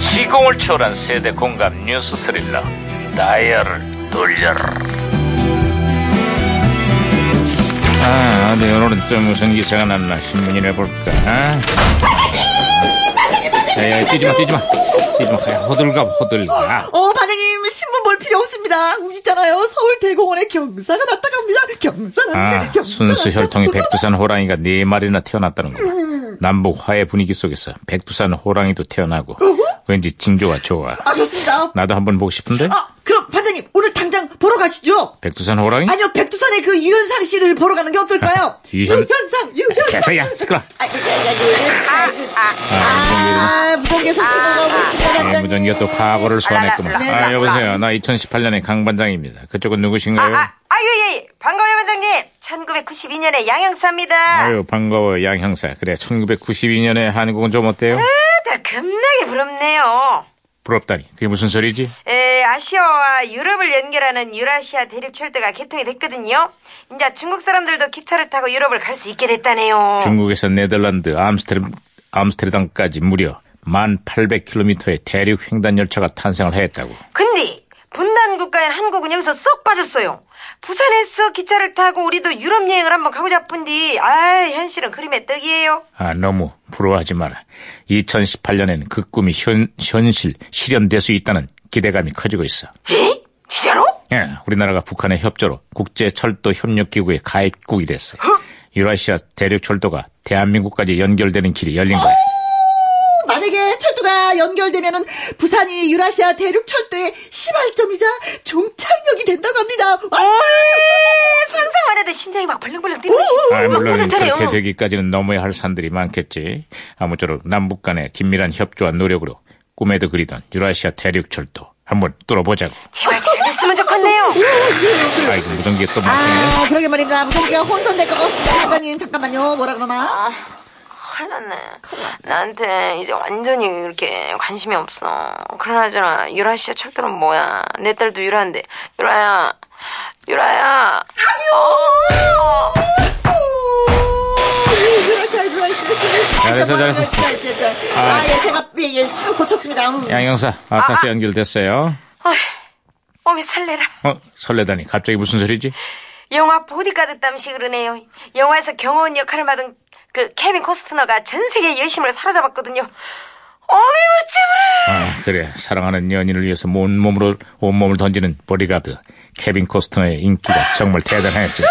시공을 초월한 세대 공감 뉴스 스릴러 다이얼을 돌려라 아, 어디 오늘은 또 무슨 기사가 났나 신문이나 볼까 아? 야야 뛰지마 뛰지마 뛰지마 가야 호들갑 호들갑 어, 반장님, 신문 볼 필요 없습니다. 있잖아요. 서울 대공원에 경사가 났다고 합니다. 경사가 아 경사가 순수 났다. 혈통이 백두산 호랑이가 네 마리나 태어났다는 거야 남북 화해 분위기 속에서 백두산 호랑이도 태어나고 왠지 징조가 좋아 아, 그렇습니다. 나도 한번 보고 싶은데 아, 그럼 반장님, 오늘 당장 보러 가시죠. 백두산 호랑이? 아니요, 백두산의 그 유현상 씨를 보러 가는 게 어떨까요? 유현- 유현상, 유현상. 아, 개새야 시끄러 아이고, 아이고, 아이고, 아, 아, 무전기에서 신호가 오고 있습니다, 예, 반장님. 무전기가 또 과거를 소환했구만 네, 아 나- 여보세요 나 2018년의 강반장입니다 그쪽은 아, 누구신가요? 아, 아유, 예. 반가워요, 원장님. 1992년에 양형사입니다. 아유 반가워요 양 형사 그래 1992년에 한국은 좀 어때요? 아, 다들 겁나게 부럽네요. 부럽다니 그게 무슨 소리지? 에, 아시아와 유럽을 연결하는 유라시아 대륙 철도가 개통이 됐거든요. 이제 중국 사람들도 기차를 타고 유럽을 갈 수 있게 됐다네요. 중국에서 네덜란드 암스테르, 암스테르담까지 무려 1800km의 대륙 횡단 열차가 탄생을 했다고 근데 분단 국가인 한국은 여기서 쏙 빠졌어요. 부산에서 기차를 타고 우리도 유럽 여행을 한번 가고 싶은데 아, 현실은 그림의 떡이에요. 아 너무 부러워하지 마라 2018년엔 그 꿈이 현, 현실 실현될 수 있다는 기대감이 커지고 있어 에? 진짜로? 예, 우리나라가 북한의 협조로 국제 철도 협력 기구에 가입국이 됐어요. 유라시아 대륙 철도가 대한민국까지 연결되는 길이 열린 거야. 만약에 철도가 연결되면은 부산이 유라시아 대륙 철도의 시발점이자 종착역이 된다고 합니다. 와! 네, 상상만 해도 심장이 막 벌렁벌렁 뛰고 아, 물론 그렇게 되기까지는 넘어야 할 산들이 많겠지. 아무쪼록 남북 간의 긴밀한 협조와 노력으로 꿈에도 그리던 유라시아 대륙 철도 한번 뚫어보자고. 제발 잘 됐으면 좋겠네요. 아이고 무전기 또 무슨? 아, 그러게 말입니다. 무전기가 혼선될 것 같습니다. 사장님, 잠깐만요. 뭐라 그러나? 큰일 났네. 나한테 이제 완전히 이렇게 관심이 없어. 그러나저나 유라시아 철도는 뭐야. 내 딸도 유라인데. 유라야. 유라야. 어. 오, 유라시아, 유라시아. 잘했어, 잘했어. 진짜, 진짜. 아. 아, 예, 제가, 예, 예, 신호 고쳤습니다. 음. 양형사, 아, 다시 연결됐어요. 어휴, 몸이 설레라. 어, 설레다니 갑자기 무슨 소리지? 영화 보디가드 땀시 그러네요. 영화에서 경호원 역할을 맡은 그 케빈 코스트너가 전 세계의 여심을 사로잡았거든요. 어미 우찌브라. 아, 그래. 사랑하는 연인을 위해서 온몸으로, 온몸을 던지는 보디가드. 케빈 코스터의 인기가 정말 대단했지. 아,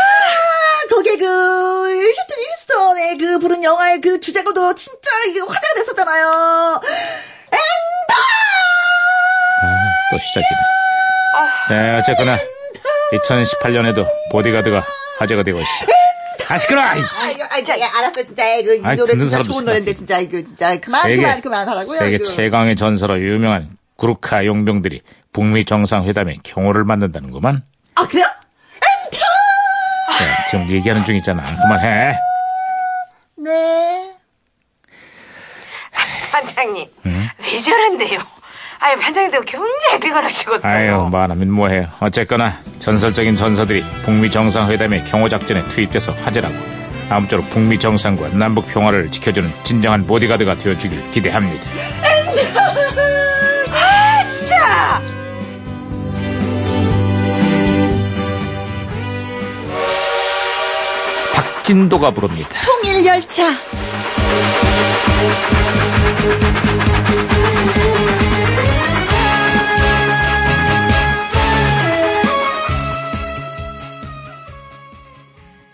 거기에 그, 휴튼 휴스턴의 그 부른 영화의 그 주제가도 진짜 이게 화제가 됐었잖아요. 또 시작이네. 자, 어쨌거나, 2018년에도 보디가드가 화제가 되고 있어. 아, 시끄러! 아, 이거, 아, 자, 예, 알았어, 진짜. 이거, 이 아이, 노래 듣는 진짜 사람도 좋은 노래인데, 진짜. 이거, 진짜. 그만, 아, 그만, 그만 하라고요. 세계 이거. 최강의 전사로 유명한 구루카 용병들이 북미 정상회담에 경호를 만든다는구만. 아, 그래요? 야, 지금 얘기하는 중이잖아. 그만해. 네. 반장님, 왜 저런데요? 아니, 반장님도 굉장히 비관하시거든요. 아유, 말하면 뭐해요. 어쨌거나 전설적인 전사들이 북미 정상회담의 경호작전에 투입돼서 화제라고. 아무쪼록 북미 정상과 남북 평화를 지켜주는 진정한 보디가드가 되어주길 기대합니다. 아, 진짜! 박진도가 부릅니다. 통일열차.